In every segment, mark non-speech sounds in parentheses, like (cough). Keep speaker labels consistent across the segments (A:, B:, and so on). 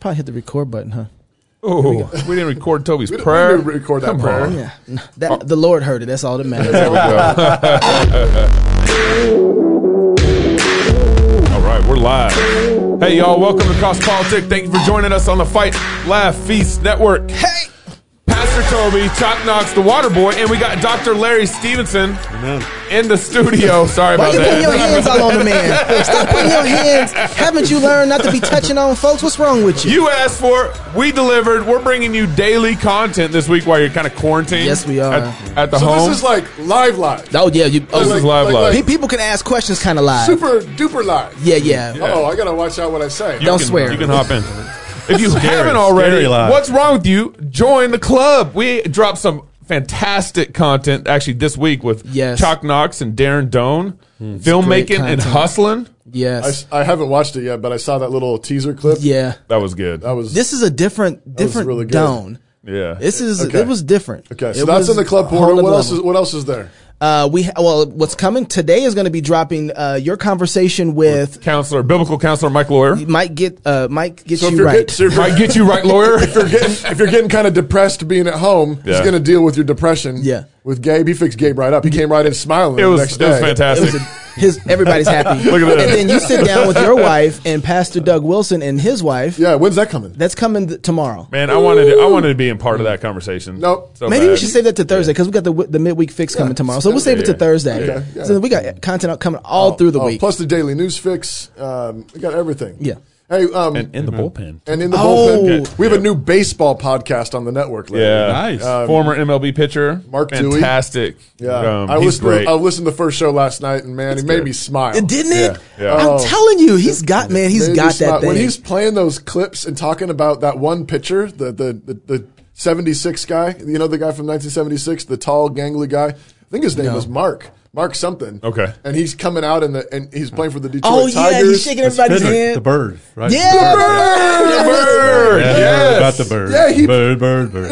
A: probably hit the record button, huh?
B: Oh, we, didn't record Toby's
C: (laughs) We didn't- we
B: prayer.
C: didn't record that
B: Come
C: prayer.
B: on.
A: Yeah. That, The Lord heard it. That's all that
C: (laughs)
A: matters.
B: There we go. all right, we're live. Hey, y'all, welcome to Cross Politic. Thank you for joining us on the Fight Laugh Feast Network. Hey! Pastor Toby, Chop Knox, the Water Boy, and we got Dr. Larry Stevenson in the
C: (laughs)
B: studio. Sorry
A: Why
B: about
A: you putting your
B: that.
A: hands all on the man? Stop putting your hands. Haven't you learned not to be touching on folks? What's wrong with you?
B: You asked for it, we delivered. We're bringing you daily content this week while you're kind of quarantined.
A: Yes, we are.
B: At, at the
C: So
B: home.
C: this is like live, live,
A: Oh yeah, you.
B: This
A: Oh,
B: is live,
C: like-
B: live.
C: like-
A: pe- people can ask questions kind of live.
C: super duper live.
A: Yeah, yeah.
C: Oh, I gotta watch out what I say.
B: You
A: Don't
B: can-
A: swear.
B: You can hop in. If you haven't
D: Scary
B: already,
D: live.
B: what's wrong with you? Join the club. We dropped some fantastic content actually this week with
A: Yes.
B: Chuck Knox and Darren Doan,
C: Hmm,
B: filmmaking and
A: content.
B: hustling.
C: I,
A: Yes.
C: s- I haven't watched it yet, but I saw that little teaser clip.
A: Yeah.
B: That was good.
C: that was
A: This is a different,
C: was
A: different
C: really good.
A: dome.
B: yeah.
A: This is
C: Okay.
A: it was different.
C: okay. So
A: It
C: that's
A: was
C: in the club
A: a whole
C: portal.
A: nother
C: What else
A: level.
C: is what else is there?
A: Uh, we ha- well, what's coming today is going to be dropping uh, your conversation with
B: counselor, biblical counselor Mike Lawyer.
A: Mike. Get uh, Mike. Get
C: So if
A: you
C: you're,
A: right.
C: get- so if you're-
B: Mike, get you right, lawyer.
C: (laughs) if you're getting if you're getting kind of depressed being at home, he's
B: Yeah.
C: gonna deal with your depression.
A: Yeah.
C: With Gabe, he fixed Gabe right up. He came right in smiling.
B: It was,
C: the next
B: it was
C: day.
A: It
B: fantastic.
A: was a, his. Everybody's
C: (laughs)
A: happy.
B: Look at that.
A: And then you sit down with your wife and Pastor Doug Wilson and his wife.
C: Yeah. When's that coming?
A: That's coming th- tomorrow.
B: Man, I wanted to, I wanted to be in part of that conversation.
C: Hmm. Nope.
B: So
A: Maybe we
B: bad.
A: should save that to Thursday because we got the w- the midweek fix coming tomorrow. So we'll save it to
B: Yeah.
A: Thursday.
C: Okay, yeah.
A: So we got content out coming all through the
C: Oh,
A: week.
C: plus the daily news fix. Um, we got everything.
A: Yeah.
C: Hey. Um,
D: And
C: and,
D: in the bullpen.
C: in the
A: Oh.
C: bullpen, we have a new baseball podcast on the network. Later.
B: Yeah.
D: Nice.
B: Uh, Former MLB pitcher.
C: Um, Mark Dewey.
B: Fantastic.
C: Yeah,
B: Um,
C: I
B: he's
C: listened.
B: great.
C: To, I listened to the first show last night, and man, he made
B: good.
C: me smile.
A: It didn't it?
B: Yeah, yeah.
A: I'm
C: Oh.
A: telling you, he's got man. He's
C: Made me
A: got
C: smile.
A: that thing.
C: When he's playing those clips and talking about that one pitcher, the the the, the seventy six guy, you know, the guy from nineteen seventy six, the tall, gangly guy. I think his name was Mark. Mark something.
B: Okay.
C: and he's coming out in the and he's playing for the Detroit
A: oh yeah,
C: Tigers.
A: he's shaking everybody's
D: Frederick,
A: hand.
D: The bird, right?
A: Yeah, the bird.
B: The
A: Yeah,
B: bird.
D: Yeah,
B: Yes.
D: About the bird.
C: Yeah, he-
D: bird, bird, bird.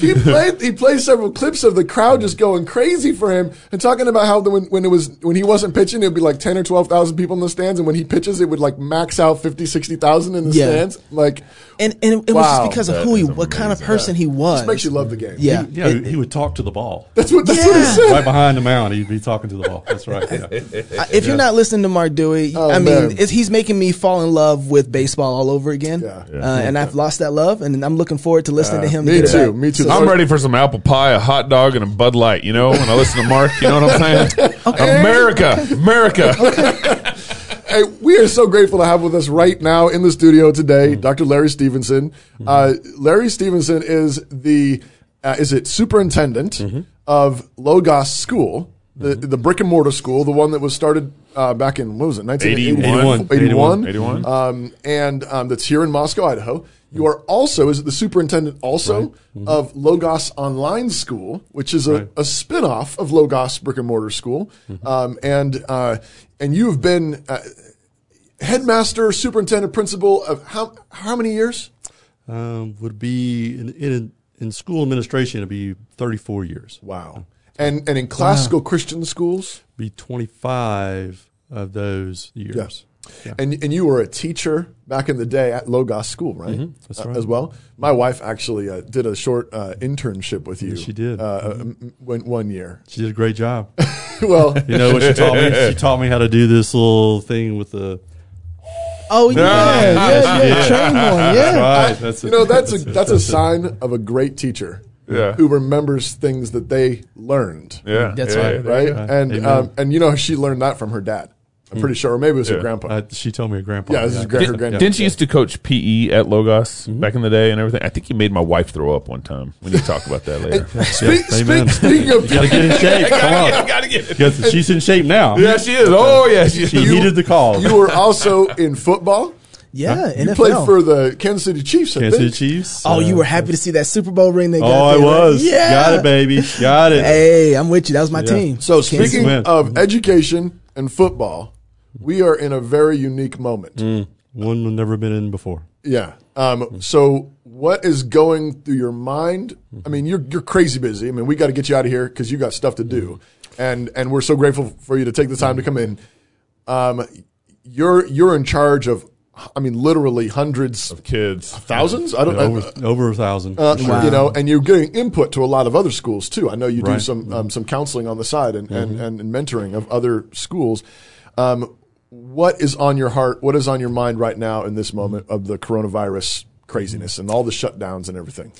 C: he played he played several clips of the crowd just going crazy for him and talking about how the, when, when it was when he wasn't pitching it would be like 10 or 12,000 people in the stands and when he pitches it would like max out 50 60,000 in the
A: Yeah.
C: stands like
A: And and it was
C: Wow.
A: just because of who he, what kind of person he was.
C: makes you love the game.
A: Yeah.
D: yeah, he would talk to the ball.
C: (laughs) That's what that's what he
A: Yeah.
C: said.
D: Right behind the mound, he'd be talking to the ball. That's right.
C: (laughs)
D: Yeah.
A: I- if you're not listening to Mark Dewey, I
C: man.
A: mean, it's, he's making me fall in love with baseball all over again.
C: Yeah.
A: Uh, and I've lost that love, and I'm looking forward to listening to him.
C: me
A: get it
C: too,
A: back.
C: me too.
A: So-
B: I'm ready for some apple pie, a hot dog, and a Bud Light. You know, when I listen to Mark, you know what I'm (laughs) saying? America, (laughs) America.
C: Hey, we are so grateful to have with us right now in the studio today Dr. Larry Stevenson. Uh, Larry Stevenson is the uh, is it superintendent of Logos School, the the brick and mortar school, the one that was started uh, back in what was it 1981 81,
D: 81.
B: 81.
C: um, and um, that's here in Moscow, Idaho. You are also is it the superintendent also of Logos Online School, which is a, a spinoff of Logos Brick and Mortar School, um, and uh, and you have been uh, headmaster, superintendent, principal of how how many years?
D: Um, would be in, in in school administration. It'd be thirty four years.
C: Wow, and and in classical Christian schools,
D: Be twenty five of those years.
C: and and you were a teacher back in the day at Logos School, right?
D: Mm-hmm. That's
C: Uh,
D: right.
C: as well, my wife actually uh, did a short uh, internship with you.
D: she did. Mm-hmm.
C: uh, uh, m- one- one year. (laughs)
D: She did a great job. (laughs)
C: well,
D: You know what she taught me? She taught me how to do this little thing with the.
A: Oh yeah, yeah, yeah, train horn, yeah.
D: Right. That's
C: you
D: it.
C: know that's a that's a sign of a great teacher
B: Yeah.
C: who remembers things that they learned
B: Yeah,
A: That's
B: yeah,
A: right.
B: yeah.
C: right
D: Yeah.
C: and
D: Amen. Hmm.
C: um, and you know she learned that from her dad i'm pretty sure or maybe it was her
B: Yeah.
C: grandpa
D: Uh, she told me her grandpa.
C: yeah this is great her
B: Did,
C: grandpa
B: not you used to coach PE at Logos back in the day and everything? I think you made my wife throw up one time. We need to talk about that (laughs) later.
C: Speak,
D: Yeah,
C: speak,
D: amen.
C: speaking of
D: Gotta get in
C: (laughs)
D: shape. Come
B: gotta, get,
D: on.
B: it, (laughs) gotta get it.
D: Because she's in shape now.
B: Yeah, she is. Oh, yeah, she is.
D: She heeded the call.
C: you were also in football
A: Yeah,
C: you
A: NFL.
C: played for the kansas city chiefs i
D: Kansas City
C: think
D: Chiefs.
A: oh, you
D: Uh,
A: were happy to see that Super Bowl ring they got.
D: Oh, I
A: there, right?
D: was.
A: Yeah.
D: Got it, baby. Got it.
A: Hey, I'm with you. That was my
D: Yeah.
A: team.
C: so
A: Kansas-
C: speaking
D: Win.
C: of education and football we are in a very unique moment
D: Mm. One we've never been in before.
C: Yeah. Um, so what is going through your mind? I mean, you're you're crazy busy. I mean, we got to get you out of here because you got stuff to do, and and we're so grateful for you to take the time to come in. Um, you're you're in charge of I mean, literally hundreds,
B: of kids.
C: thousands. I don't know.
D: over, over a thousand.
C: Uh,
D: for sure.
C: You know, and you're getting input to a lot of other schools too. I know you do
D: Right.
C: some um, some counseling on the side and, and, and mentoring of other schools. Um, what is on your heart? What is on your mind right now in this moment of the coronavirus craziness and all the shutdowns and everything?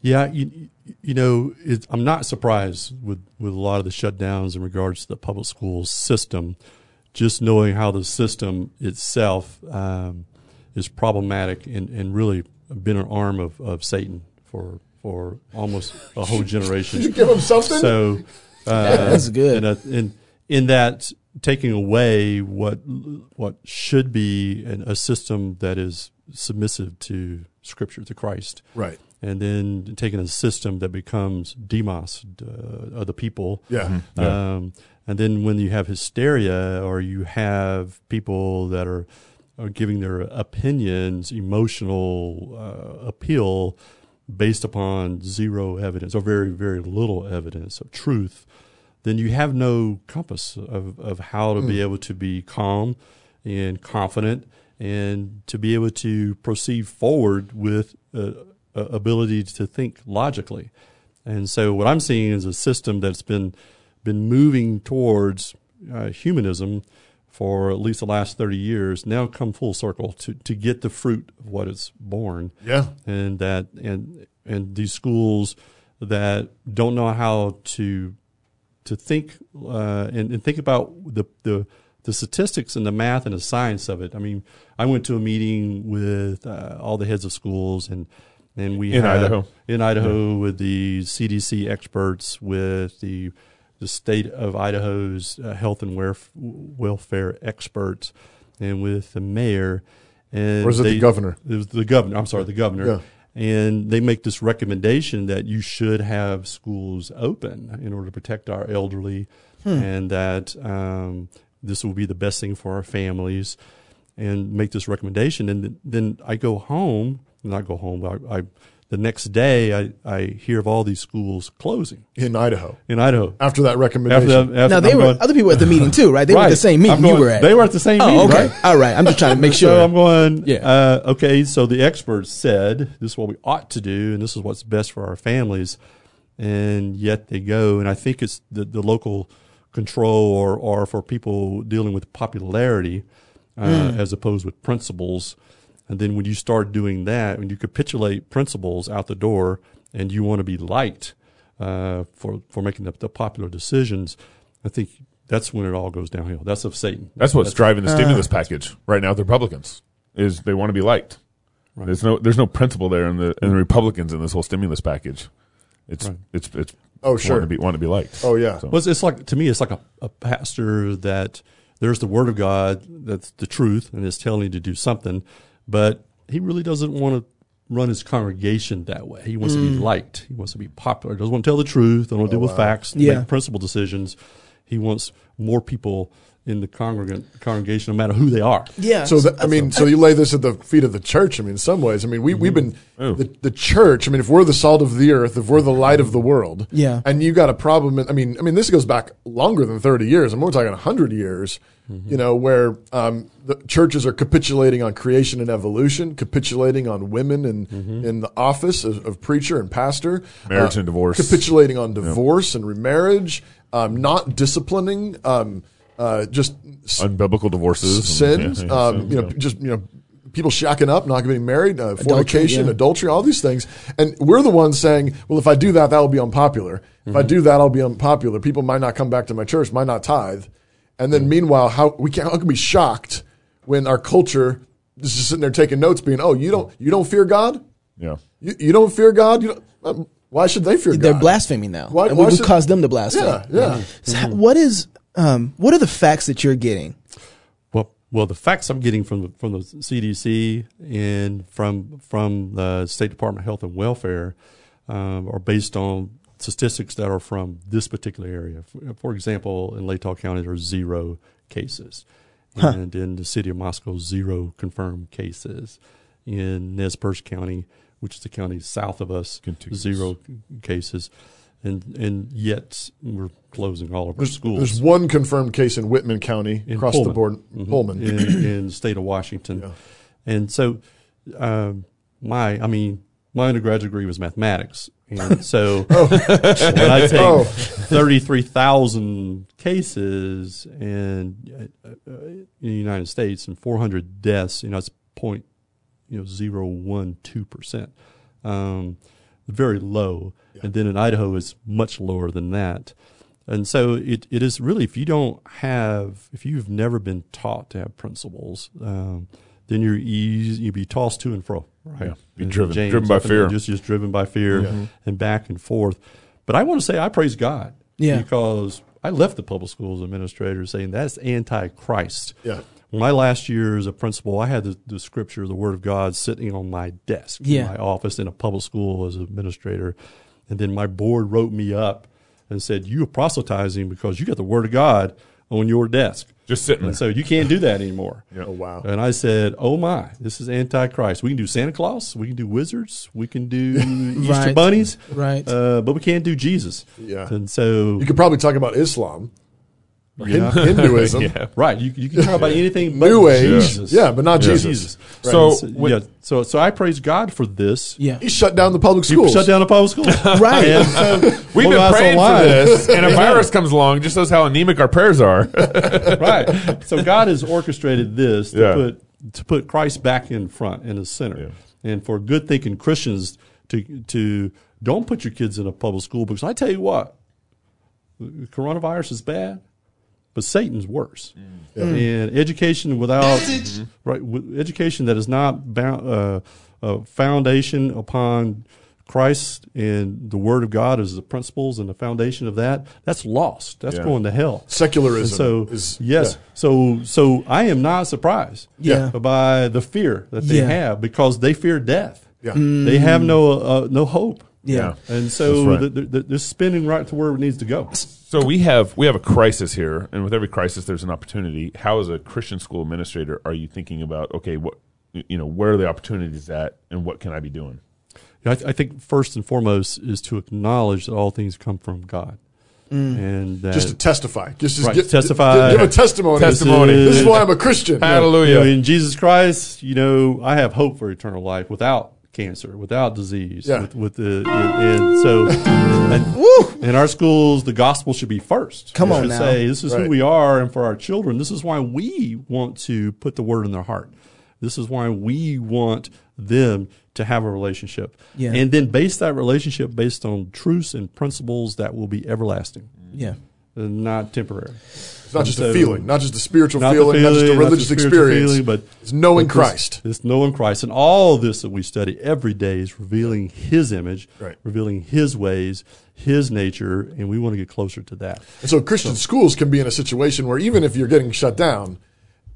D: Yeah, you, you know, it, I'm not surprised with, with a lot of the shutdowns in regards to the public school system. Just knowing how the system itself um, is problematic and, and really been an arm of, of Satan for for almost
C: (laughs)
D: a whole generation.
C: Did you give them something? (laughs)
D: So uh,
A: That's good.
D: In, a, in in that taking away what what should be an, a system that is submissive to Scripture to Christ,
C: Right.
D: And then taking a system that becomes demos, uh, other people,
C: Yeah. Mhm.
D: Um, and then when you have hysteria or you have people that are are giving their opinions, emotional uh, appeal based upon zero evidence or very very little evidence of truth, then you have no compass of of how to be able to be calm and confident and to be able to proceed forward with uh, a ability to think logically. And so what I'm seeing is a system that's been been moving towards uh, humanism for at least the last 30 years now come full circle to, to get the fruit of what is born
C: Yeah.
D: and that and and these schools that don't know how to to think uh, and, and think about the, the the statistics and the math and the science of it. I mean, I went to a meeting with uh, all the heads of schools and and we
B: In
D: had,
B: Idaho.
D: in Idaho with the CDC experts with the the state of Idaho's uh, health and welf- welfare experts and with the mayor and
C: Or is it the
D: they-
C: governor?
D: it was the governor. I'm sorry, the governor.
C: Yeah.
D: And they make this recommendation that you should have schools open in order to protect our elderly,
A: Hmm.
D: and that um, this will be the best thing for our families. And make this recommendation, and th- then I go home. Not go home. But I, I the next day I, I hear of all these schools closing
C: In Idaho.
D: in Idaho.
C: After that recommendation.
D: After that, after
A: Now they
D: I'm
A: were
D: going-
A: other people at the meeting too, right? They were at the
D: Right.
A: same meeting
D: I'm
A: you
D: going-
A: were at.
D: They were at the same meeting.
A: oh, okay.
D: right?
A: All right. I'm just trying to make sure.
D: So I'm going,
A: Yeah.
D: uh, okay, so the experts said this is what we ought to do and this is what's best for our families. And yet they go. And I think it's the, the local control or, or for people dealing with popularity uh,
A: Hmm.
D: as opposed with principles. And then when you start doing that, when you capitulate principles out the door and you want to be liked uh, for, for making the, the popular decisions, I think that's when it all goes downhill. That's of Satan.
B: That's what's driving the stimulus package right now. The Republicans is they want to be liked. There's no there's no principle there in the in the Republicans in this whole stimulus package. It's it's it's
C: Oh, sure.
B: want to be want to be liked.
C: Oh, yeah.
B: So-
D: Well, it's, it's like to me, it's like a, a pastor that there's the word of God that's the truth and is telling you to do something, but he really doesn't want to run his congregation that way. He wants to be liked. He wants to be popular. Doesn't want to tell the truth. Don't want to deal with facts.
A: Yeah.
D: Make principle decisions. He wants more people in the congregant congregation, no matter who they are.
A: yeah. Uh,
C: So that, I mean, so you lay this at the feet of the church. I mean, in some ways, I mean, we we've been
B: Mm-hmm.
C: the, the church. I mean, if we're the salt of the earth, if we're the light of the world,
A: Yeah.
C: And you got a problem. I mean, I mean, this goes back longer than thirty years. I'm more talking hundred years.
B: Mm-hmm.
C: You know, where um, the churches are capitulating on creation and evolution, capitulating on women and in the office of, of preacher and pastor,
B: Mm-hmm. Marriage and divorce.
C: capitu- capitulating on divorce and remarriage, um, not disciplining, um, uh, just s-
B: Unbiblical divorces, and-
C: sins,
B: yeah, yeah,
C: um,
B: so-
C: you know, just you know, people shacking up, not getting married, uh, fornication,
A: yeah.
C: adultery, all these things, and we're the ones saying, well, if I do that, that will be unpopular. If I do that, I'll be unpopular. People might not come back to my church, might not tithe, and then meanwhile, how we can how can we be shocked when our culture is just sitting there taking notes, being, oh, you don't you don't fear God,
B: yeah.
C: you, you don't fear God, you don't. um, why should they fear God?
A: they're blaspheming now.
C: Why-
A: and
C: why
A: we, we
C: should-
A: caused them to blaspheme.
C: Yeah, yeah.
A: So how- what is um, what are the facts that you're getting?
D: Well, well, the facts I'm getting from the, from the CDC and from from the State Department of Health and Welfare um, are based on statistics that are from this particular area. For, for example, in Latah County, there are zero cases, and in the city of Moscow, zero confirmed cases. In Nez Perce County, which is the county south of us,
B: Contiguous.
D: zero c- cases, and and yet we're closing all of our
C: There's,
D: schools.
C: there's one confirmed case in Whitman County
D: In
C: across the
D: Pullman. Mm-hmm.
C: board, Pullman.
D: in, in the state of Washington. And so, um, my, I mean, my undergraduate degree was mathematics. And so when I take
C: Oh.
D: 33,000 cases and uh, uh, in the United States and 400 deaths, you know, it's point, you know, 0.012%. Um, very low. And then in Idaho is much lower than that. And so it, it is really, if you don't have, if you've never been taught to have principles, um, then you're easy, you'd be tossed to and fro, right?
B: Yeah. Be
D: And
B: driven- driven by
D: up and down,
B: fear.
D: Just, just driven by fear and back and forth. But I want to say I praise God
A: Yeah.
D: because I left the public schools administrator saying that's anti-Christ.
C: Yeah.
D: My last year as a principal, I had the, the scripture, the word of God sitting on my desk in
A: Yeah.
D: my office in a public school as an administrator. And then my board wrote me up and said, You are proselytizing because you got the word of God on your desk.
B: Just sitting
D: And
B: there.
D: so you can't do that anymore.
C: Oh, wow.
D: And I said, "Oh my, this is antichrist. We can do Santa Claus, we can do wizards, we
C: (laughs)
D: can do Easter
A: Right.
D: bunnies,
A: Right.
D: Uh, but we can't do Jesus."
C: Yeah.
D: And so,
C: You could probably talk about Islam, or Hin-
D: (laughs) Yeah.
B: (laughs)
C: Hinduism.
B: Yeah.
D: right, you, you can
C: (laughs)
D: talk about anything but
C: New Age.
D: Jesus.
C: Yeah, but not Jesus.
D: Right.
B: So
D: And
B: when-
D: yeah, so so I praise God for this.
A: Yeah.
C: He shut down the public
D: People
C: schools.
D: shut down the
C: (laughs)
D: public school.
A: Right.
D: And so
B: We've
D: Logos
B: been praying
D: Online-
B: for this, and a virus comes along, just shows how anemic our prayers are. (laughs)
D: (laughs) right. So God has orchestrated this to
B: Yeah.
D: put to put Christ back in front and in the center, and for good thinking Christians to to don't put your kids in a public school because I tell you what, the coronavirus is bad, but Satan's worse. And education without right with education that is not bound, uh, uh, foundation upon Christ and the Word of God as the principles and the foundation of that that's lost. That's going to hell. And
C: Secularism.
D: so
C: is,
D: yes,
C: yeah.
D: so so I am not surprised
A: Yeah.
D: by the fear that they
A: Yeah. Mm.
D: have because they fear death.
C: Yeah.
D: They have no uh, no hope.
A: Yeah.
D: And so
B: That's right.
D: th th- th- they're spinning right to where it needs to go.
B: So we have we have a crisis here, and with every crisis, there's an opportunity. How, as a Christian school administrator, are you thinking about okay, what you know, where are the opportunities at, and what can I be doing?
D: I, th- I think first and foremost is to acknowledge that all things come from God,
A: Mm.
D: and that
C: Just to testify. Just, just
D: Right,
C: give,
D: testify.
C: Give a testimony.
B: Testimony.
C: This is why I'm a Christian.
A: Oh,
B: Hallelujah!
D: You know, in Jesus Christ, you know, I have hope for eternal life without cancer, without disease.
C: Yeah.
D: With, with the, and, and
A: (laughs)
D: so, and- in our schools, the gospel should be first.
A: Come
D: It
A: on
D: should
A: now.
D: Say, this is who
C: Right.
D: we are, and for our children, this is why we want to put the word in their heart. This is why we want them to have a relationship.
A: Yeah.
D: And then base that relationship based on truths and principles that will be everlasting,
A: Yeah.
D: and not temporary.
C: It's not just a
D: So-
C: feeling, not just a spiritual
D: Not the
C: feeling, not just a
D: feeling, not
C: religious
D: the spiritual
C: experience,
D: feeling, but
C: it's knowing
D: but this-
C: Christ.
D: This knowing Christ and all this that we study every day is revealing His image,
C: Right.
D: revealing His ways, His nature, and we want to get closer to that.
C: And so Christian schools can be in a situation where even if you're getting shut down,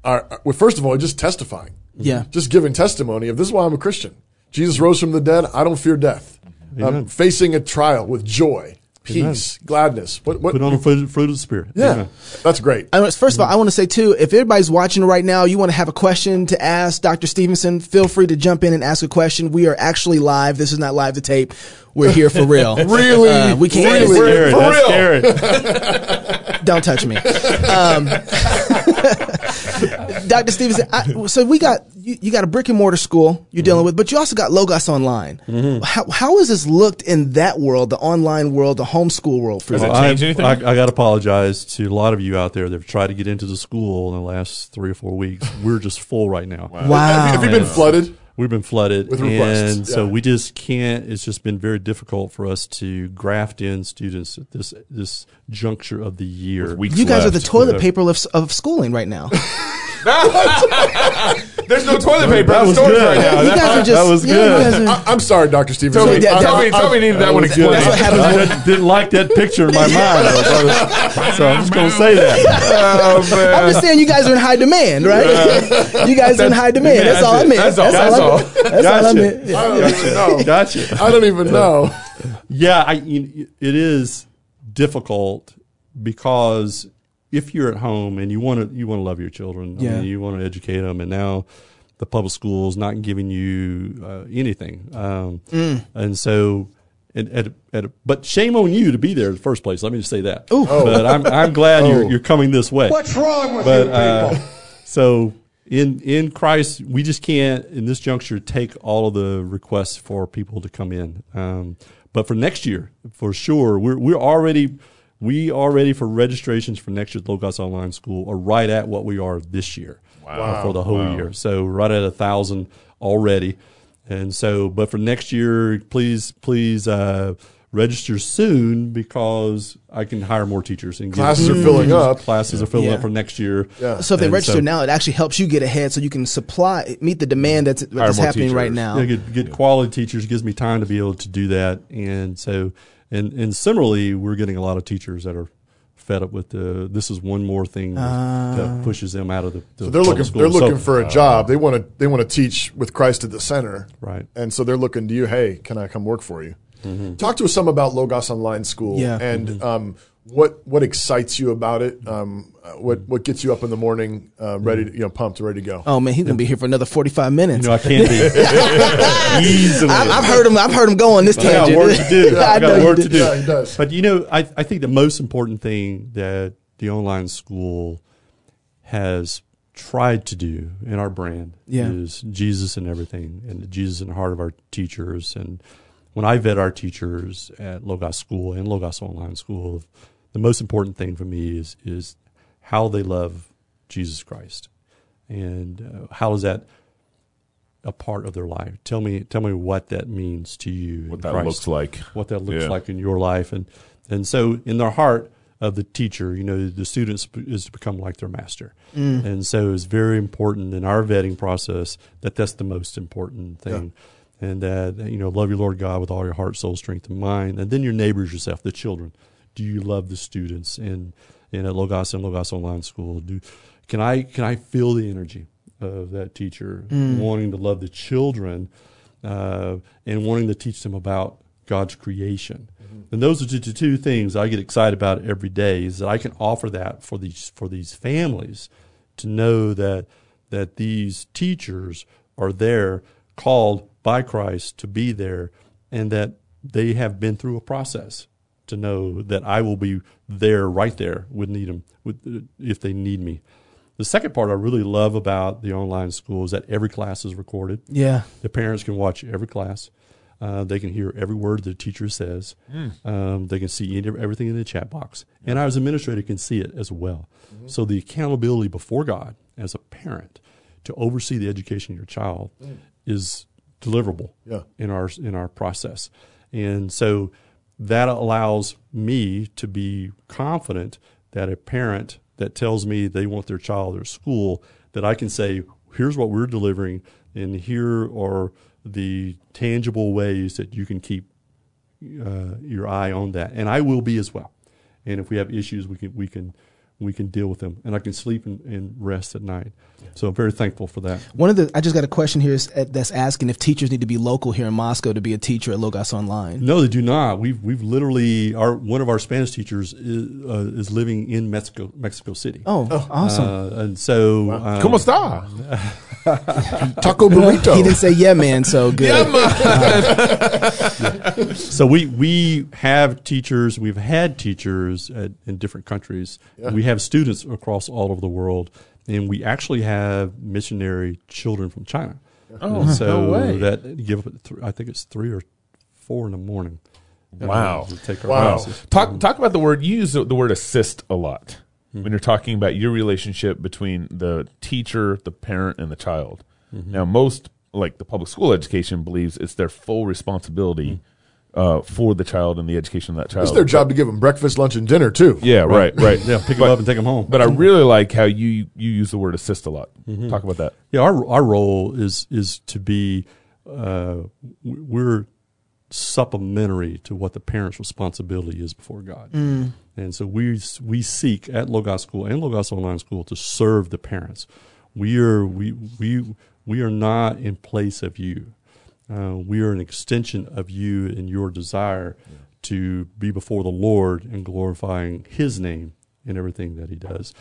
C: are, are- well, first of all, just testifying.
A: Yeah.
C: Just giving testimony of this is why I'm a Christian. Jesus rose from the dead. I don't fear death.
D: Amen.
C: I'm facing a trial with joy, peace, gladness. What, what,
D: Put on the fruit, fruit of the Spirit.
C: yeah,
D: Amen.
C: that's great.
A: I, was- first of all, I want to say too, if everybody's watching right now, you want to have a question to ask Dr. Stevenson, feel free to jump in and ask a question. We are actually live. This is not live to tape. We're here for real.
C: (laughs) Really?
A: Uh, we can't.
C: Really?
A: we're-
D: Aaron,
B: For
D: that's
B: real.
D: Aaron.
A: Don't touch me. Um, (laughs) Dr. Stevenson, I, so we got you, you got a brick and mortar school you're
C: Mm-hmm.
A: dealing with, but you also got Logos Online. How, how has this looked in that world, the online world, the homeschool world for
B: Has
A: you?
B: it
D: Well,
B: change
D: I,
B: anything?
D: I, I got to apologize to a lot of you out there that have tried to get into the school in the last three or four weeks. We're just full right now.
A: Wow.
C: Have you been
D: Yeah.
C: flooded?
D: We've been flooded
C: With requests,
D: and so
C: yeah.
D: we just can't. It's just been very difficult for us to graft in students at this this juncture of the year.
B: Weeks
A: you guys are the
B: left.
A: toilet paper of, of schooling right now.
B: There's no toilet paper.
D: That
B: in
D: was
B: stores
D: good.
B: right now.
A: you (laughs) guys
B: That's-
A: are just
D: was
A: yeah,
D: good.
A: You guys are,
C: I, I'm sorry, Dr. Stevenson.
A: Toby,
C: I-
B: Toby,
C: I-
B: Toby needed that,
C: I-
B: one
C: I-
B: explained.
A: That's what happened.
D: I didn't, didn't like that picture in my mind, though. so I'm just going to
B: (laughs)
D: say that.
B: Oh, man.
A: I'm just saying you guys are in high demand, right? (laughs) you guys are in high demand.
D: Yeah,
A: that's, all I
D: that's
A: meant.
B: it. That's all.
A: That's all. I
B: That's
A: meant. That's all I meant.
D: Gotcha.
A: Yeah.
C: I don't even know.
D: (laughs) Gotcha.
C: I don't even know.
D: Yeah, I, you- it is difficult because if you're at home and you want to, you want to love your children. I
A: Yeah.
D: mean, you want to educate them, and now the public school's not giving you uh, anything, um, and so. And, at, at but shame on you to be there in the first place. Let me just say that. But I'm, I'm glad you're, you're coming this way.
E: What's wrong with
D: but
E: you people?
D: uh, (laughs) so in in Christ, we just can't in this juncture take all of the requests for people to come in. Um, but for next year, for sure, we're we're already we are ready for registrations for next year's Logos Online School are right at what we are this year uh, for the whole year. So right at a thousand already. And so, but for next year, please, please uh, register soon because I can hire more teachers and get-
C: Classes are filling up.
D: Classes are filling
A: Yeah.
D: up for next year.
C: Yeah.
A: So if they
D: And
A: register
D: so-
A: now, it actually helps you get ahead, so you can supply meet the demand that's,
B: Hire
A: that's
B: more
A: happening right
B: teachers.
A: now.
D: Yeah, get, get quality teachers gives me time to be able to do that, and so and and similarly, we're getting a lot of teachers that are fed up with the. This is one more thing that,
A: Ah.
D: that pushes them out of the. the
C: So they're looking.
D: school.
C: They're
D: So- uh,
C: looking for a job. They want to. They want to teach with Christ at the center.
D: Right. Mm-hmm.
C: And so they're looking to you. Hey, can I come work for you? Talk to us some about Logos Online School.
A: Yeah.
C: And um, what what excites you about it? Um, uh, what what gets you up in the morning, uh, ready
D: Mm-hmm.
C: to, you know, pumped, ready to go?
A: Oh man, he's gonna be here for another forty five minutes.
D: You know, I can't
C: (laughs)
D: be easily.
A: I've, I've heard him. I've heard him go on this
D: I got
A: tangent.
D: work to do.
A: I
D: I
A: know
D: got
A: you
D: work
A: do.
D: to do.
C: Yeah, he does.
D: But you know, I, I think the most important thing that the online school has tried to do in our brand
A: Yeah.
D: is Jesus and everything, and the Jesus in the heart of our teachers. And when I vet our teachers at Logos School and Logos Online School, the most important thing for me is is how they love Jesus Christ, and uh, how is that a part of their life. Tell me, tell me what that means to you. in
B: What that
D: Christ.
B: looks like.
D: What that looks
B: Yeah.
D: like in your life, and and so in the heart of the teacher, you know, the students is to become like their master, and so it's very important in our vetting process that that's the most important thing. And that you know, love your Lord God with all your heart, soul, strength, and mind, and then your neighbors, yourself, the children. Do you love the students in in at Logos and Logos Online School? Do can I can I feel the energy of that teacher wanting to love the children uh, and wanting to teach them about God's creation? And those are the two- two things I get excited about every day. Is that I can offer that for these for these families to know that that these teachers are there called by Christ to be there and that they have been through a process to know that I will be there right there with Needham with, if they need me. The second part I really love about the online school is that every class is recorded.
A: (laughs) Yeah.
D: The parents can watch every class. Uh, they can hear every word the teacher says. Um, they can see any- everything in the chat box. And I, as administrator, can see it as well. So the accountability before God as a parent to oversee the education of your child is deliverable
C: Yeah.
D: in our in our process. And so that allows me to be confident that a parent that tells me they want their child at school that I can say here's what we're delivering and here are the tangible ways that you can keep uh, your eye on that, and I will be as well. And if we have issues, we can we can we can deal with them, and I can sleep and, and rest at night. So I'm very thankful for that.
A: One of the I just got a question here is, uh, that's asking if teachers need to be local here in Moscow to be a teacher at Logos Online.
D: No, they do not. We've we've literally our one of our Spanish teachers is, uh, is living in Mexico Mexico City.
A: Oh, awesome!
D: Uh, and so uh,
B: Como está?
C: Taco burrito.
A: (laughs) he didn't say yeah, man.
C: (laughs)
A: So good.
D: so we we have teachers. We've had teachers at, in different countries. We have students across all over the world, and we actually have missionary children from China.
B: Oh,
D: And so
B: no way.
D: that give up. Th- I think it's three or four in the morning. Uh,
B: Wow.
D: To take our
C: Wow.
D: classes.
B: Talk talk about the word. You use the, the word assist a lot when you're talking about your relationship between the teacher, the parent, and the child.
D: Mm-hmm.
B: Now, most like the public school education believes it's their full responsibility uh, for the child and the education of that child.
C: It's their job to give them breakfast, lunch, and dinner too.
B: Yeah, right, right.
D: Yeah, pick
B: But-
D: them up and take them home.
B: But I really like how you you use the word assist a lot.
D: Mm-hmm.
B: Talk about that.
D: Yeah, our our role is is to be uh, w- we're supplementary to what the parent's responsibility is before God, and so we s- we seek at Logos School and Logos Online School to serve the parents. We are we we we are not in place of you. Uh, we are an extension of you and your desire to be before the Lord and glorifying His name in everything that He does.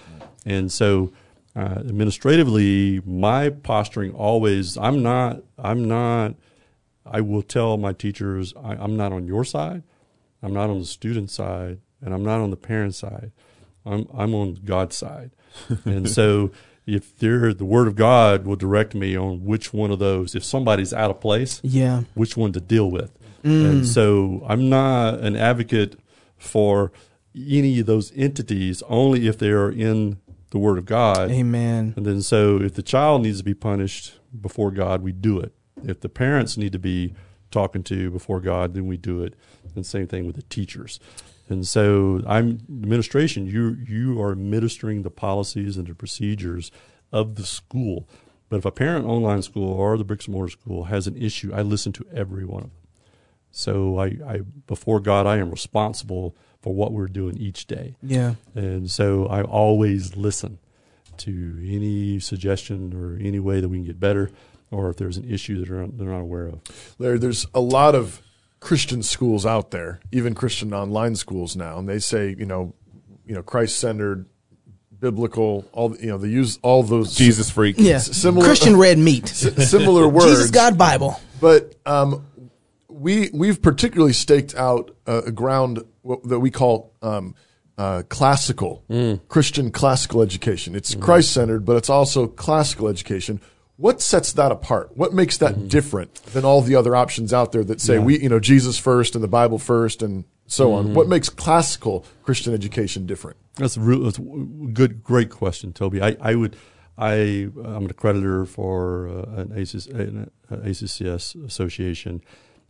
D: And so, uh, administratively, my posturing always I'm not I'm not I will tell my teachers I, I'm not on your side, I'm not on the student side, and I'm not on the parent side. I'm I'm on God's side, and so if there the word of God will direct me on which one of those, if somebody's out of place,
A: Yeah. Mm.
D: which one to deal with.
A: Hmm.
D: And so I'm not an advocate for any of those entities, only if they are in the word of God.
A: Amen.
D: And then so if the child needs to be punished before God, we do it. If the parents need to be talking to before God, then we do it. And same thing with the teachers. And so I'm administration, you you are administering the policies and the procedures of the school. But if a parent online school or the bricks and mortar school has an issue, I listen to every one of them. So I, I before God I am responsible for what we're doing each day.
A: Yeah.
D: And so I always listen to any suggestion or any way that we can get better, or if there's an issue that they're not, they're not aware of.
C: Larry, there's a lot of Christian schools out there, even Christian online schools now, and they say, you know, you know, Christ centered, biblical, all you know, they use all those
B: Jesus freak.
A: Yeah.
C: similar-
A: Christian red meat.
C: s- (laughs) similar words.
A: Jesus God Bible.
C: But um, we we've particularly staked out a, a ground wh- that we call um, uh, classical Christian classical education. It's Christ centered, but it's also classical education. What sets that apart? What makes that different than all the other options out there that say we you know Jesus first and the Bible first and so on? What makes classical Christian education different?
D: That's a real, that's a good, great question, Toby. I, I would, I, I'm an accreditor for uh, an ACS, an ACCS association,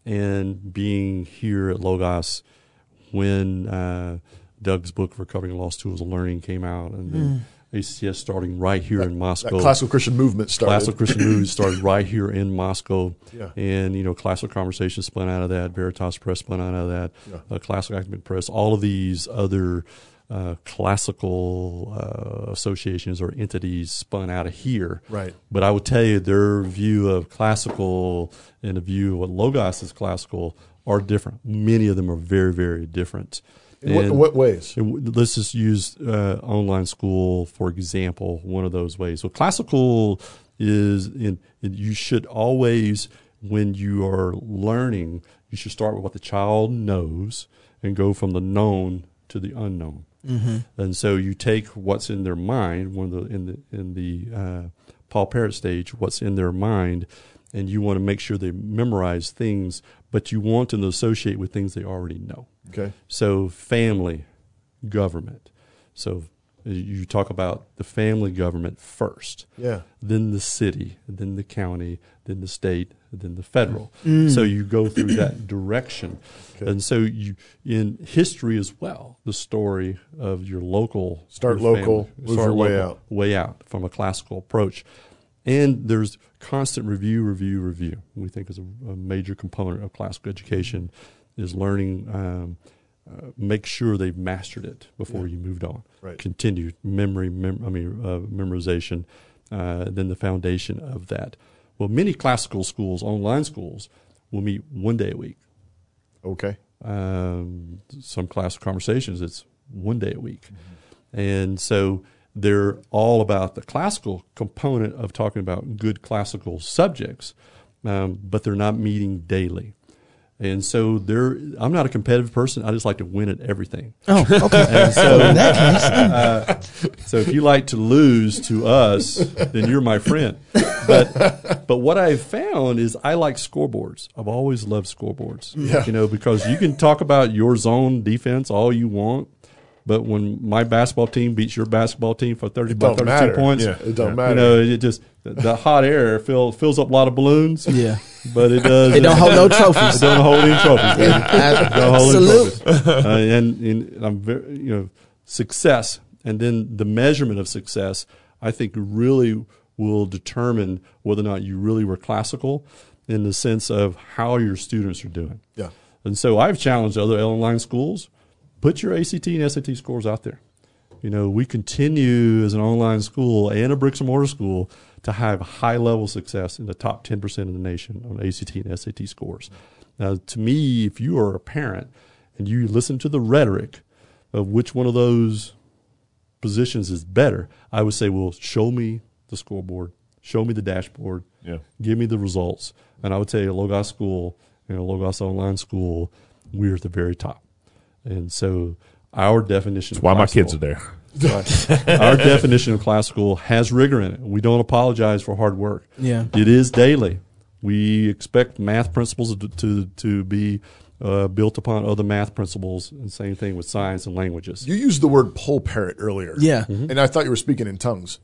D: and being here at Logos when uh, Doug's book "Recovering Lost Tools of Learning" came out, and the ACCS starting right here in
C: Hmm. That
D: Moscow.
C: classical Christian movement started.
D: Classical Christian Movies started right here in Moscow.
C: Yeah.
D: And, you know, Classical Conversations spun out of that, Veritas Press spun out of that, uh, Classical Academic Press, all of these other uh, classical uh, associations or entities spun out of here.
C: Right.
D: But I would tell you their view of classical and the view of what Logos is classical are different. Many of them are very, very different.
C: in what,
D: And-
C: what ways?
D: it w- Let's just use uh, online school for example, one of those ways. So classical is in, in you should always when you are learning, you should start with what the child knows and go from the known to the unknown. And so you take what's in their mind, one of the in the in the uh, Paul Parrot stage, what's in their mind, and you want to make sure they memorize things, but you want them to associate with things they already know.
C: Okay.
D: So family, government. So you talk about the family government first.
C: Yeah.
D: Then the city, then the county, then the state, then the federal.
C: Mm.
D: So you go through
C: (clears throat)
D: that direction. And so you in history as well, the story of your local
C: Start
D: your
C: local, move your way out.
D: way out from a classical approach. And there's constant review, review, review. We think is a, a major component of classical education is learning. Um, uh, make sure they've mastered it before you moved on.
C: Right.
D: Continue memory. Mem- I mean, uh, memorization. Uh, then the foundation of that. Well, many classical schools, online schools, will meet one day a week
C: Okay.
D: um, some class conversations. It's one day a week, and so they're all about the classical component of talking about good classical subjects, um, but they're not meeting daily. And so they're, I'm not a competitive person. I just like to win at everything.
C: (laughs)
A: Oh, okay. (laughs)
D: And so
A: In that case,
D: so if you like to lose to us, then you're my friend. But but what I've found is I like scoreboards. I've always loved scoreboards.
C: Yeah.
D: You know, because you can talk about your zone defense all you want, but when my basketball team beats your basketball team for thirty by
C: don't
D: thirty two
C: matter.
D: points,
C: Yeah, it don't
D: You
C: matter.
D: know, it just the, the hot air fill, fills up a lot of balloons.
A: Yeah.
D: But it does
A: they don't hold
C: (laughs)
A: no
D: I
A: trophies.
D: don't hold any trophies. baby. (laughs) Don't hold any
A: Absolute.
D: trophies. Uh, and, and I'm very, you know, success, and then the measurement of success, I think really will determine whether or not you really were classical, in the sense of how your students are doing.
C: Yeah.
D: And so I've challenged other online schools, put your ACT and SAT scores out there. You know, we continue as an online school and a bricks and mortar school to have high level success in the top 10% of the nation on ACT and SAT scores. Now, to me, if you are a parent and you listen to the rhetoric of which one of those positions is better, I would say, well, show me the scoreboard, show me the dashboard,
B: Yeah.
D: give me the results. And I would tell you, Logos School, you know, Logos Online School, we're at the very top. And so our definition.
B: Why my kids are there.
D: Our definition of classical has rigor in it. We don't apologize for hard work.
A: Yeah.
D: It is daily. We expect math principles to, to, to be uh, built upon other math principles, and same thing with science and languages.
C: You used the word pole parrot earlier.
A: Yeah.
D: Mm-hmm.
C: And I thought you were speaking in tongues.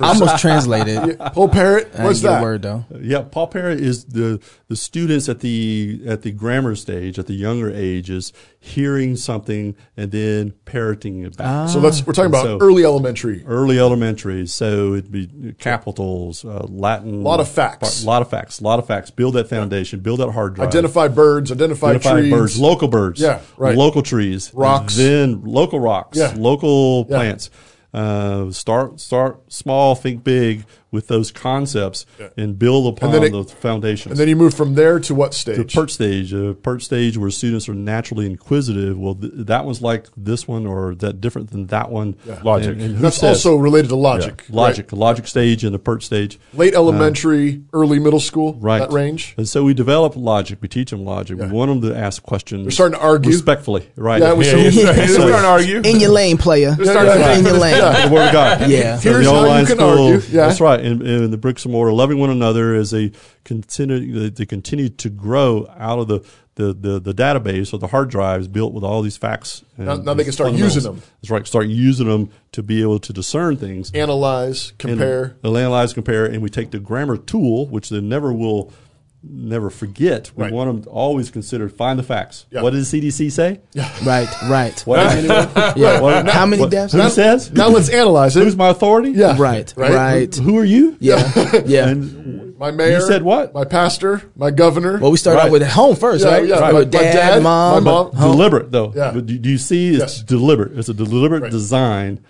A: Almost
C: (laughs)
A: translated.
C: Pole parrot? What's that?
A: word
C: (laughs)
A: though?
D: Yeah, Paul Parrot is the the students at the at the grammar stage, at the younger ages, hearing something and then parroting it back.
C: So let's, we're talking about
D: So-
C: early elementary.
D: Early elementary, so it'd be capitals, uh, Latin. A
C: Lot of facts.
D: A lot of facts. A lot of facts. Build that foundation. Build that hard drive.
C: Identify birds, identify,
D: Identify
C: trees.
D: birds, local birds.
C: Yeah, right.
D: Local trees.
C: Rocks.
D: Then local rocks.
C: Yeah.
D: Local
C: Yeah.
D: plants. Uh, start start small, think big with those concepts, and build upon
C: then it-
D: those foundations.
C: And then you move from there to what
D: The
C: stage?
D: perch stage, a perch stage where students are naturally inquisitive. Well, th- that was like this one, or that different than that one.
B: Logic.
D: And- and who
C: That's
D: says?
C: also related to logic.
D: Yeah. logic, logic stage and the perch stage.
C: right? Late elementary, early middle school,
D: Right
C: that range.
D: and so we develop logic. We teach them logic. We want them to ask questions. They're
C: starting to argue.
D: respectfully, right?
C: Yeah, we
D: (laughs)
B: Yeah, you're
C: So-
B: starting to argue.
A: In your lane, player.
C: yeah.
A: In your
C: (laughs)
A: lane.
D: the word of God.
A: Yeah.
D: So the
C: Here's how
D: online
C: you can
D: school-
C: argue. Yeah.
D: That's right. And, and the bricks and mortar, loving one another as they continue they continue to grow out of the the, the, the database or the hard drives built with all these facts. and
C: Now- now they can start
D: fundamentals.
C: using them.
D: That's right. Start using them to be able to discern things.
C: Analyze,
D: And
C: compare.
D: They'll analyze, compare, and we take the grammar tool, which they never will never forget. We
C: Right.
D: want them to always consider find the facts.
C: Yeah.
D: What did the CDC say?
A: Right, right.
C: (laughs)
D: What,
A: Yeah.
D: what-
A: How many
D: what-
A: depths?
D: Who says?
C: now let's analyze
D: (laughs) Who's
C: it.
D: my authority?
C: Yeah.
A: Right,
C: Right?
A: right.
D: Who are you?
C: (laughs)
A: Yeah, yeah.
D: And
C: My mayor.
D: said what?
C: My pastor, my governor.
A: well, we start
D: Right.
A: out with at home first,
C: Yeah,
A: right?
C: yeah.
A: With
C: My- my
A: dad,
C: dad,
A: mom,
C: my mom.
A: home.
D: deliberate though.
C: Yeah.
D: But do do you see? It's
C: Yes.
D: deliberate. It's a deliberate design,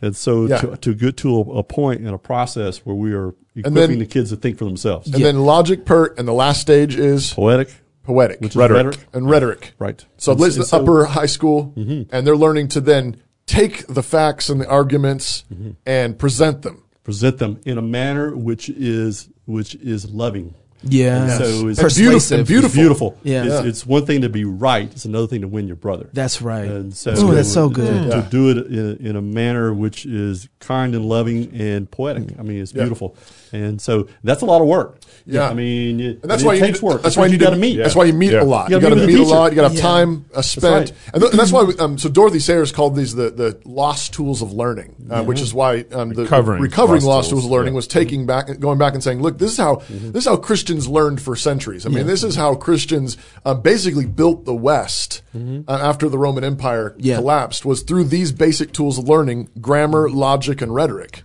D: and so
C: Yeah.
D: to, to get to a, a point in a process where we are equipping
C: then-
D: the kids to think for themselves.
C: and then logic, pert, and the last stage is
D: Poetic,
C: poetic
D: which is
B: Rhetoric.
D: rhetoric,
C: and rhetoric.
D: right?
C: So
D: And
C: it's
D: and Mm-hmm.
C: the upper high school, and they're learning to then take the facts and the arguments
D: Mm-hmm.
C: and present them.
D: present them in a manner which is which is loving.
A: Yeah.
D: And so it's
A: Persuasive.
C: Beautiful, and beautiful.
D: It's beautiful.
A: Yeah.
D: It's,
A: Yeah.
D: it's one thing to be right. It's another thing to win your brother.
A: That's right.
D: And so
A: Ooh, that's so
D: to- to-
A: good.
D: To, do it in, in a manner which is kind and loving and
A: Mm.
D: poetic. I mean, it's beautiful. And so that's a lot of work.
C: Yeah.
D: I mean, it,
C: And that's
D: it
C: why you
D: takes
C: need,
D: work.
C: That's why
D: what
C: you need
D: got
C: to
D: to meet.
C: That's why you meet
B: Yeah.
C: a lot.
D: You
C: You
D: gotta
C: got to
D: meet with
C: meet a
D: the
C: lot.
D: teacher.
C: You got to have
A: Yeah.
C: time uh, spent,
D: right. Mm-hmm.
C: and, th- and that's why. We, um, so Dorothy Sayers called these the the lost tools of learning, uh, which is why um, the
B: Recovering
C: recovering
B: lost
C: lost,
B: tools.
C: tools. of learning
B: Yeah.
C: was taking back, going back and saying, look, this is how
D: Mm-hmm.
C: this is how Christians learned for centuries. I mean, this is how Christians uh, basically built the West
D: Mm-hmm.
C: uh, after the Roman Empire
A: Yeah.
C: collapsed was through these basic tools of learning: grammar, logic, and rhetoric.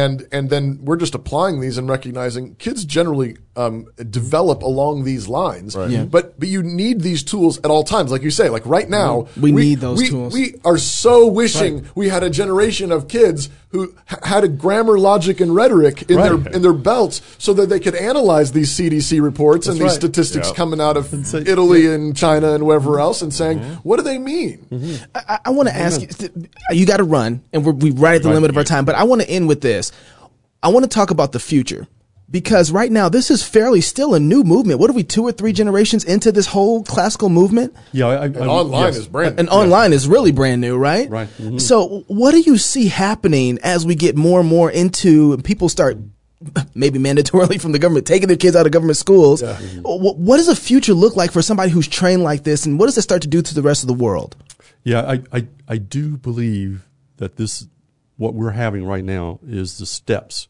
C: And and then we're just applying these and recognizing kids generally um, develop along these lines.
A: Yeah.
C: But but you need these tools at all times, like you say. Like right now,
A: Mm-hmm. We need those tools.
C: We are so wishing we had a generation of kids who h- had a grammar, logic, and rhetoric in their in their belts, so that they could analyze these CDC reports and these
D: right.
C: statistics
B: Yeah.
C: coming out of Italy and China and wherever else, and saying what do they mean?
A: I, I want to ask you. th- You got to run, and we're we right at the limit of our time. But I want to end with this. I want to talk about the future because right now this is fairly still a new movement. What are we two or three generations into this whole classical movement?
D: Yeah, I, I, I-
C: Online
D: yes.
C: is brand.
A: And online is really brand new, right? mm-hmm.
D: Right. Mhm.
A: So, what do you see happening as we get more and more into and people start maybe mandatorily from the government taking their kids out of government schools? Wh- What, does the future look like for somebody who's trained like this, and what does it start to do to the rest of the world?
D: Yeah, I, I, I do believe that this, what we're having right now, is the steps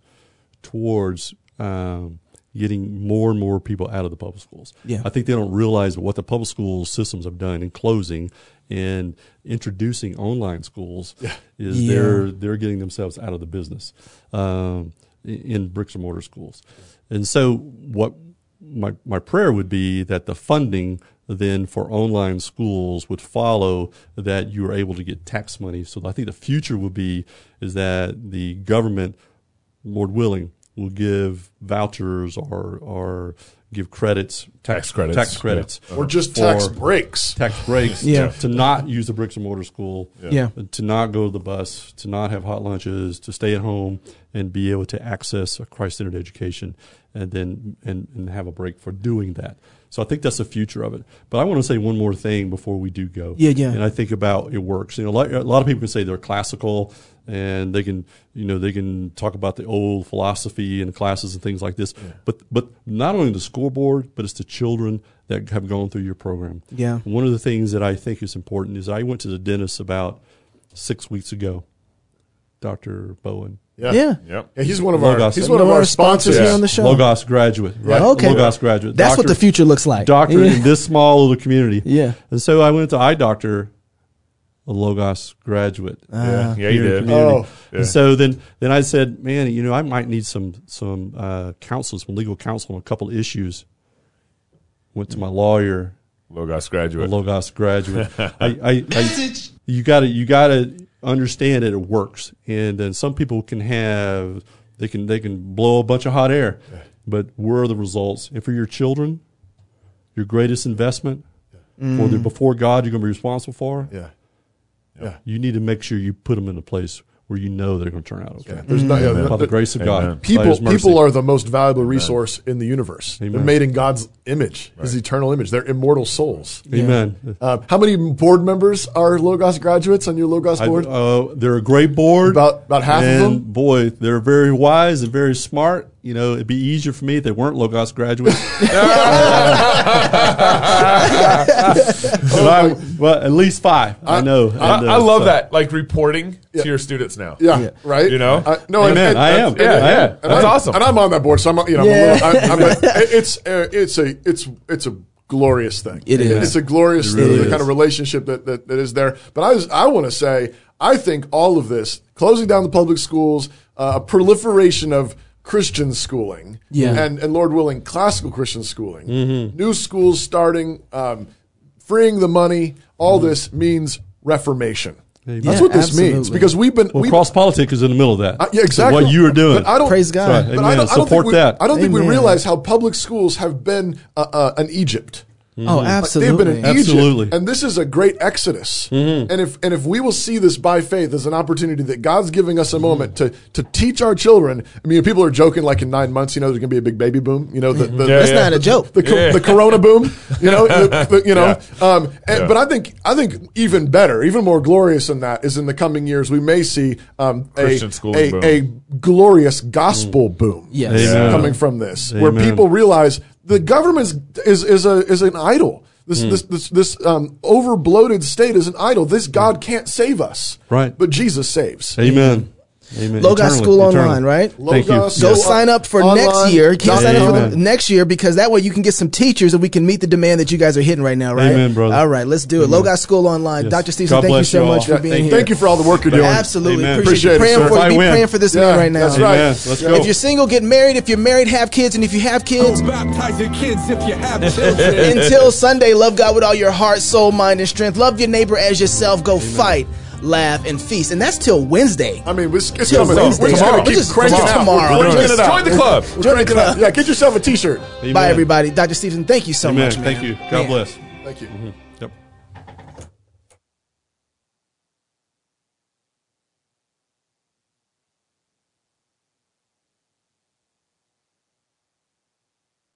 D: towards um, getting more and more people out of the public schools.
A: Yeah.
D: I think they don't realize what the public school systems have done in closing and introducing online schools. Is
A: Yeah.
D: they're they're getting themselves out of the business um, i- in bricks and mortar schools, and so what my my prayer would be that the funding then for online schools would follow that you are able to get tax money. So I think the future will be is that the government Lord willing, will give vouchers or or give credits,
B: Tax credits.
D: tax credits,
C: or just tax
D: for
C: breaks.
D: tax breaks,
A: Yeah.
D: to not use the bricks and mortar school,
A: Yeah.
D: to not go to the bus, to not have hot lunches, to stay at home and be able to access a Christ-centered education, and then and, and have a break for doing that. So I think that's the future of it. But I want to say one more thing before we do go.
A: Yeah, yeah.
D: And I think about it works. You know, a lot, a lot of people can say they're classical and they can, you know, they can talk about the old philosophy and classes and things like this. But but not only the scoreboard, but it's the children that have gone through your program.
A: Yeah.
D: One of the things that I think is important is I went to the dentist about six weeks ago, Doctor Bowen.
A: Yeah.
B: Yep.
C: Yeah, he's one of our
D: Logos.
C: he's one of our sponsors.
A: here on the show.
D: Logos graduate, right?
A: Okay.
D: Logos graduate.
A: That's what
D: Doctor-
A: the future looks like.
D: Doctor
A: Yeah. Oh,
D: in this small little
A: (laughs)
D: community.
A: Yeah.
D: And so I went to eye doctor, a Logos graduate.
A: Ah,
B: Yeah, yeah, you
D: here in the
B: did.
D: community.
C: Oh.
B: Yeah.
D: And so then, then I said, man, you know, I might need some some uh, counsel, some legal counsel on a couple of issues. Went to my lawyer,
B: Logos
D: a
B: graduate.
D: Logos graduate. I, I, I, you gotta you gotta understand that it works, and then some people can have they can they can blow a bunch of hot air, but where are the results? And for your children, your greatest investment, for
C: Mm.
D: the before God, you're gonna be responsible for.
C: Yeah.
D: You need to make sure you put them in a place where you know they're gonna turn out okay.
C: Yeah. There's not, yeah,
D: By the
C: there-
D: grace of
B: Amen.
D: God, by
C: People,
D: His mercy.
C: people are the most valuable resource in the universe. They're
D: Amen.
C: made in God's image, His eternal image. They're immortal souls.
D: Amen.
C: Uh, how many board members are Logos graduates on your Logos
D: I-
C: board?
D: uh, they're a great board.
C: About- about half of
D: and
C: them?
D: Boy, they're very wise and very smart. You know, it'd be easier for me if they weren't
C: (laughs)
D: Logos graduates. Uh, But I- well, at least five. I, know.
B: I,
D: And, uh,
B: I love
D: so-
B: that, like reporting to your students now.
C: yeah, right.
B: You know?
C: I, no,
D: Amen. I am.
B: Yeah,
D: I
B: yeah.
D: am.
C: And
B: That's
C: I'm-
B: awesome.
C: And I'm on that board, so I'm, you know, I'm
A: Yeah.
C: a
A: (laughs)
C: little, I, I'm a, it's uh, it's a it's it's a glorious thing.
A: It is.
C: It's a glorious
D: really
C: the
D: is.
C: kind of relationship that, that that is there. But I was, I want to say I think all of this closing down the public schools, uh, a proliferation of Christian schooling,
A: Yeah. Mm-hmm.
C: and and Lord willing, classical Christian schooling, new schools starting, um, freeing the money. All this means reformation. That's
A: Mm-hmm. Yeah,
C: what this means
A: absolutely.
C: because we've been
D: Well,
C: we've,
D: cross politics is in the middle of that.
C: uh, yeah, exactly.
D: What you are doing.
C: But I don't,
A: Praise God.
D: Sorry.
C: But
D: Amen.
C: I don't, I don't
D: Support
C: think we,
D: that.
C: I don't think we
A: Amen.
C: realize how public schools have been uh, uh, an Egypt.
A: Oh,
C: Like, they've
A: absolutely.
C: been an
D: Absolutely.
C: Egypt, and this is a great exodus.
B: Mm-hmm.
C: And if and if we will see this by faith as an opportunity that God's giving us a moment to to teach our children. I mean, people are joking like in nine months, you know, there's going to be a big baby boom. You know, the, the,
B: Yeah,
A: That's
B: yeah.
A: not a joke.
C: the, co-
B: Yeah.
C: the corona boom, you know, the- the- you know.
B: Yeah.
C: Um, and-
B: Yeah.
C: But I think I think even better, even more glorious than that is in the coming years we may see um, a,
B: Christian schooling boom.
C: a, a glorious gospel boom
A: Mm. Yes.
D: Amen.
C: coming from this, where
D: Amen.
C: people realize the government is is, is a is an idol. This, this, this, this um, over bloated state is an idol. This God can't save us.
D: Right.
C: But Jesus saves.
D: Amen. Amen.
A: Logos
D: Eternally.
A: School
D: Eternally.
A: online, right?
D: Thank you.
C: Logos
A: Go
C: Yes.
A: sign up for
C: Online.
A: next year. Keep
C: Yeah.
A: signing up for the
D: Amen.
A: next year because that way you can get some teachers and we can meet the demand that you guys are hitting right now, right?
D: Amen, brother.
A: All right, let's do it. Logos School Online.
D: Yes.
A: Dr. Stevenson,
D: God
A: thank you
D: bless
A: so
D: you all.
A: much for
D: Yeah,
A: being
D: thank
A: here.
C: Thank you for all the work you're doing.
A: Absolutely.
D: Amen.
A: Appreciate,
C: Appreciate it,
A: you.
C: sir.
A: Praying for
D: If I
A: you. Be
D: win.
A: praying for this
C: Yeah,
A: man right now.
C: that's right.
D: Amen. Let's go.
A: If you're single, get married. If you're married, have kids. And if you have kids,
E: Baptize your kids if you have children.
A: until Sunday, love God with all your heart, soul, mind, and strength. Love your neighbor as yourself. Go fight, laugh, and feast. And that's till Wednesday.
C: I mean, it's, it's
A: Till
C: coming. We're just
A: Wednesday.
C: going
B: Tomorrow.
C: to keep
A: Just-
C: cranking
A: just
C: out.
A: tomorrow.
C: We're
B: Join
C: cranking it out.
B: the club.
C: We're cranking it out. Yeah, get yourself a T-shirt.
D: Amen.
A: Bye, everybody. Dr. Stevenson, thank you so
D: Amen.
A: much. Man.
D: Thank you. God
A: Man.
D: bless.
C: Thank you.